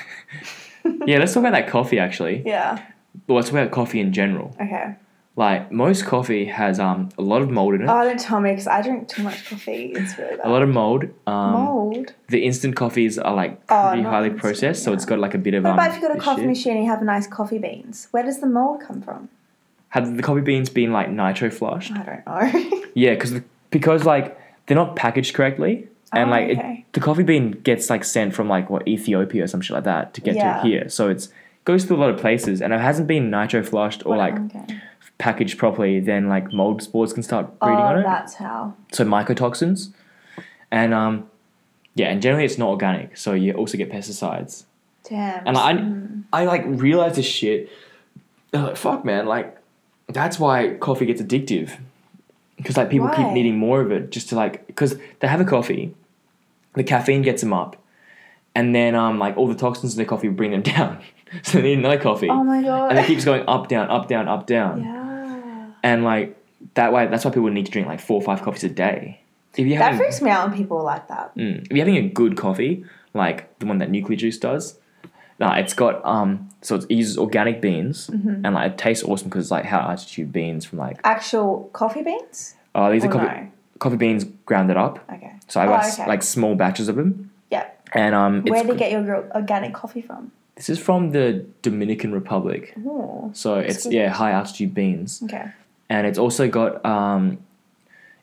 yeah, let's talk about that coffee actually.
Yeah.
Well, let's talk about coffee in general.
Okay.
Like most coffee has um a lot of mold in it.
Oh, don't tell me because I drink too much coffee. It's really bad.
a lot of mold. Um,
mold.
The instant coffees are like
Oh,
pretty
not
highly
instant,
processed, so
yeah.
it's got like a bit of.
What
um,
about if you got a
this
coffee
shit.
machine and you have nice coffee beans? Where does the mold come from?
Have the coffee beans been like nitro flushed?
I don't know.
Yeah, because because like they're not packaged correctly, and
Oh,
like
okay.
it, the coffee bean gets like sent from like what Ethiopia or some shit like that to get
Yeah.
to here, so it's goes through a lot of places, and it hasn't been nitro flushed or like
okay.
packaged properly, then like mold spores can start breeding
oh,
on it.
that's how.
So mycotoxins, and um, yeah, and generally it's not organic, so you also get pesticides.
Damn.
And I,
Mm.
I like realized this shit. and I'm like, fuck, man, like that's why coffee gets addictive, because like people keep
Why?
needing more of it just to like because they have a coffee, the caffeine gets them up, and then um like all the toxins in the coffee bring them down, so they need another coffee,
oh my god.
and it keeps going up, down, up, down, up, down
yeah.
and like that way that's why people need to drink like four or five coffees a day if you're
That
having,
freaks me out when people are like that.
Mm, if you're having a good coffee like the one that nuclear juice does nah, it's got um so it's, it uses organic beans
Mm-hmm.
and like it tastes awesome because like high altitude beans from like
Actual coffee beans?
oh these are
Or
coffee,
no?
coffee beans grounded up
Okay.
so i
Oh,
got s-
okay.
like small batches of them
Yeah.
and um
Where
it's,
do you get your gro- organic coffee from?
this is from the dominican republic
Ooh.
so it's
Mm-hmm. good.
yeah high altitude beans
Okay.
and it's also got um,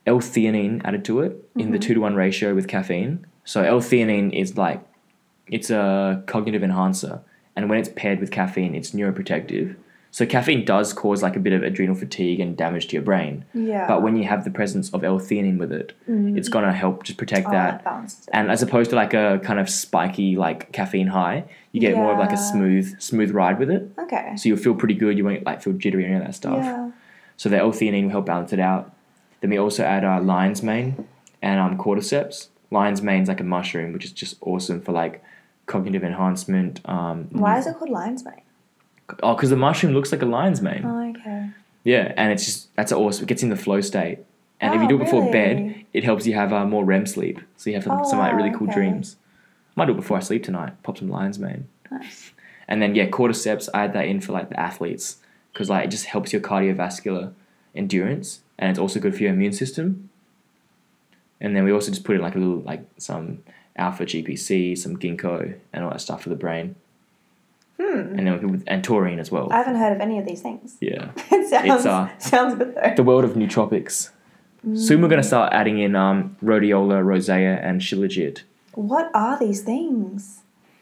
L-theanine added to it in
Mm-hmm.
the two to one ratio with caffeine. So L-theanine is like it's a cognitive enhancer, and when it's paired with caffeine, it's neuroprotective. So caffeine does cause like a bit of adrenal fatigue and damage to your brain,
Yeah. Mm-hmm.
but when you have the presence of L-theanine with it, it's gonna help just protect
oh,
that.
that balances it.
And as opposed to like a kind of spiky like caffeine high, you get more of like a
Yeah.
smooth smooth ride with it.
Okay.
So you'll feel pretty good. You won't like feel jittery or any of that stuff.
Yeah.
So the L-theanine will help balance it out. Then we also add uh, lion's mane and um, cordyceps. Lion's mane's like a mushroom, which is just awesome for like cognitive enhancement. Um,
Why is it called lion's mane?
Oh, because the mushroom looks like a lion's mane.
Oh, okay.
Yeah, and it's just that's awesome. It gets in the flow state, and if you
Oh,
do it before bed,
really?
it helps you have uh, more REM sleep, so you have some,
Oh,
some like
wow,
really cool
okay.
dreams. Might do it before I sleep tonight. Pop some lion's mane.
Nice.
And then yeah, cordyceps. I add that in for like the athletes because like it just helps your cardiovascular endurance, and it's also good for your immune system. And then we also just put in like a little like some alpha GPC, some ginkgo, and all that stuff for the brain.
Hmm.
And then we, and taurine as well.
I haven't heard of any of these things.
yeah,
it sounds,
uh,
sounds good though.
the world of nootropics. Soon we're gonna start adding in um, rhodiola, rosea, and shilajit.
What are these things?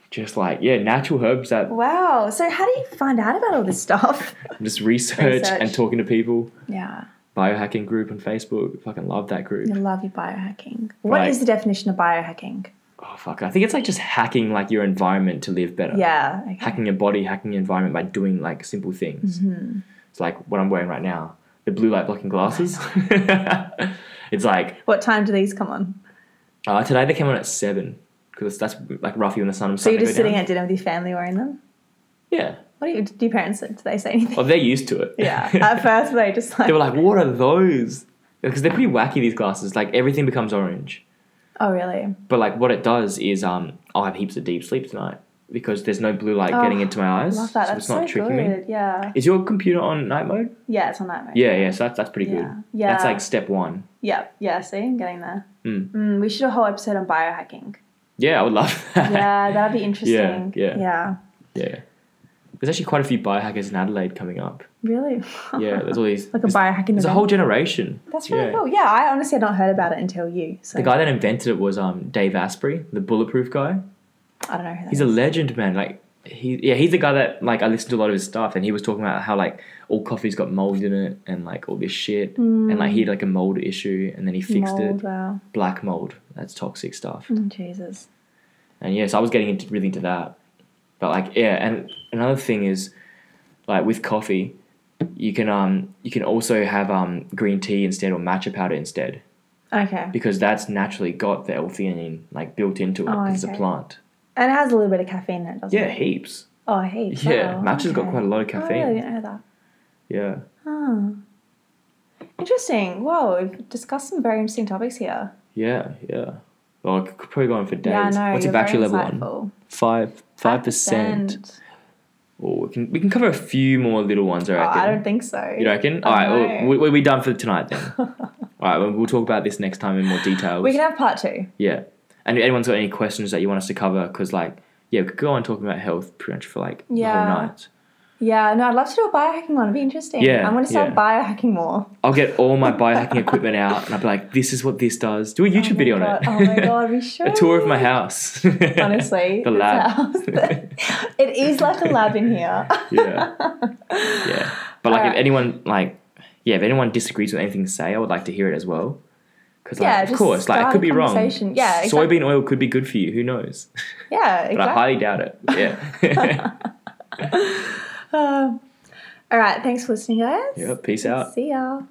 Just like yeah, natural herbs that
Wow. So how do you find out about all this stuff?
just research,
Research.
and talking to people.
yeah.
Biohacking group on Facebook. Fucking love that group.
You love your biohacking. What is
Right.
the definition of biohacking?
Oh fuck! I think it's like just hacking like your environment to live better.
Yeah. Okay. Mm-hmm.
Hacking your body, hacking your environment by doing like simple things. It's like what I'm wearing right now. the blue light blocking glasses. it's like
What time do these come on?
uh, today they came on at seven because that's like roughly when the sun was.
So
starting
you're just
to go
sitting
down.
at dinner with your family wearing them?
Yeah.
What do, you, do your parents do? they say anything?
Well, they're used to it.
yeah. At first, they just like,
they were like, "What are those?" Because they're pretty wacky. These glasses, like everything becomes orange.
oh, really?
But like, what it does is, um, I'll have heaps of deep sleep tonight because there's no blue light
Oh,
getting into my eyes,
Love that.
so
That's
it's not
so
tricking me.
good. Yeah.
Is your computer on night mode?
Yeah, it's on that mode.
Yeah, yeah. So that's that's pretty
Yeah.
good.
Yeah.
That's like step one.
Yep. Yeah. See, I'm getting there.
Mm.
Mm, we should do a whole episode on biohacking.
Yeah, I would love that.
Yeah, that'd be interesting.
yeah.
Yeah.
Yeah. There's actually quite a few biohackers in Adelaide coming up.
Really?
Yeah, there's all these.
Uh-huh. like a
there's,
biohacking.
there's a
event.
whole generation.
That's really
yeah.
cool. Yeah, I honestly had not heard about it until you. So
The guy that invented it was um, Dave Asprey, the bulletproof guy.
I don't know. Who that
He's a legend, man. Like he, yeah, he's the guy that like I listened to a lot of his stuff, and he was talking about how like all coffee's got mold in it, and like all this shit, and like he had like a mold issue, and then he fixed
mold.
it.
Wow.
Black mold, that's toxic stuff.
Mm, Jesus.
And yes, I was getting into really into that. But like yeah, and another thing is like with coffee, you can um you can also have um green tea instead or matcha powder instead
Okay.
because that's naturally got the L-theanine E, like built into it
Oh,
'cause it's
okay.
a plant.
And it has a little bit of caffeine in it, doesn't
Yeah,
it?
heaps.
Oh, hey.
Yeah,
wow,
matcha's got
okay.
quite a lot of
Oh, I
caffeine.
really didn't know that.
Yeah.
Oh. Interesting. Whoa, we've discussed some very interesting topics here.
Yeah, yeah. Well, I could could probably go on for days.
Yeah, I know.
What's your
you're
battery
very
level on?
insightful.
Five five percent. Oh, we can we can cover a few more little ones, I
Oh,
reckon.
I don't think so.
you reckon?
I
All right,
don't
well,
know.
we, we- we done for tonight then. All right, well, we'll talk about this next time in more details.
We can have part two.
yeah. And if anyone's got any questions that you want us to cover, because like, yeah, we could go on talking about health pretty much for like the
Yeah.
whole night.
Yeah, no, I'd love to do a biohacking one. It'd be interesting.
Yeah,
I'm going to start
yeah.
biohacking more.
I'll get all my biohacking equipment out, and I'll be like, "This is what this does." Do a YouTube
oh my
video
God.
on it.
Oh my god, we should.
a tour of my house.
Honestly,
the
it's
lab.
ours. it is like a lab in here.
yeah. Yeah. But like, if
Alright.
anyone like, yeah, if anyone disagrees with anything to say, I would like to hear it as well. Because like,
Yeah,
of
just
course, like I
start
could
a
be wrong.
conversation. Yeah, exactly.
Soybean oil could be good for you. Who knows?
Yeah,
But I highly
exactly.
doubt it. Yeah.
Uh, all right, thanks for listening, guys.
yeah. Peace out.
See ya.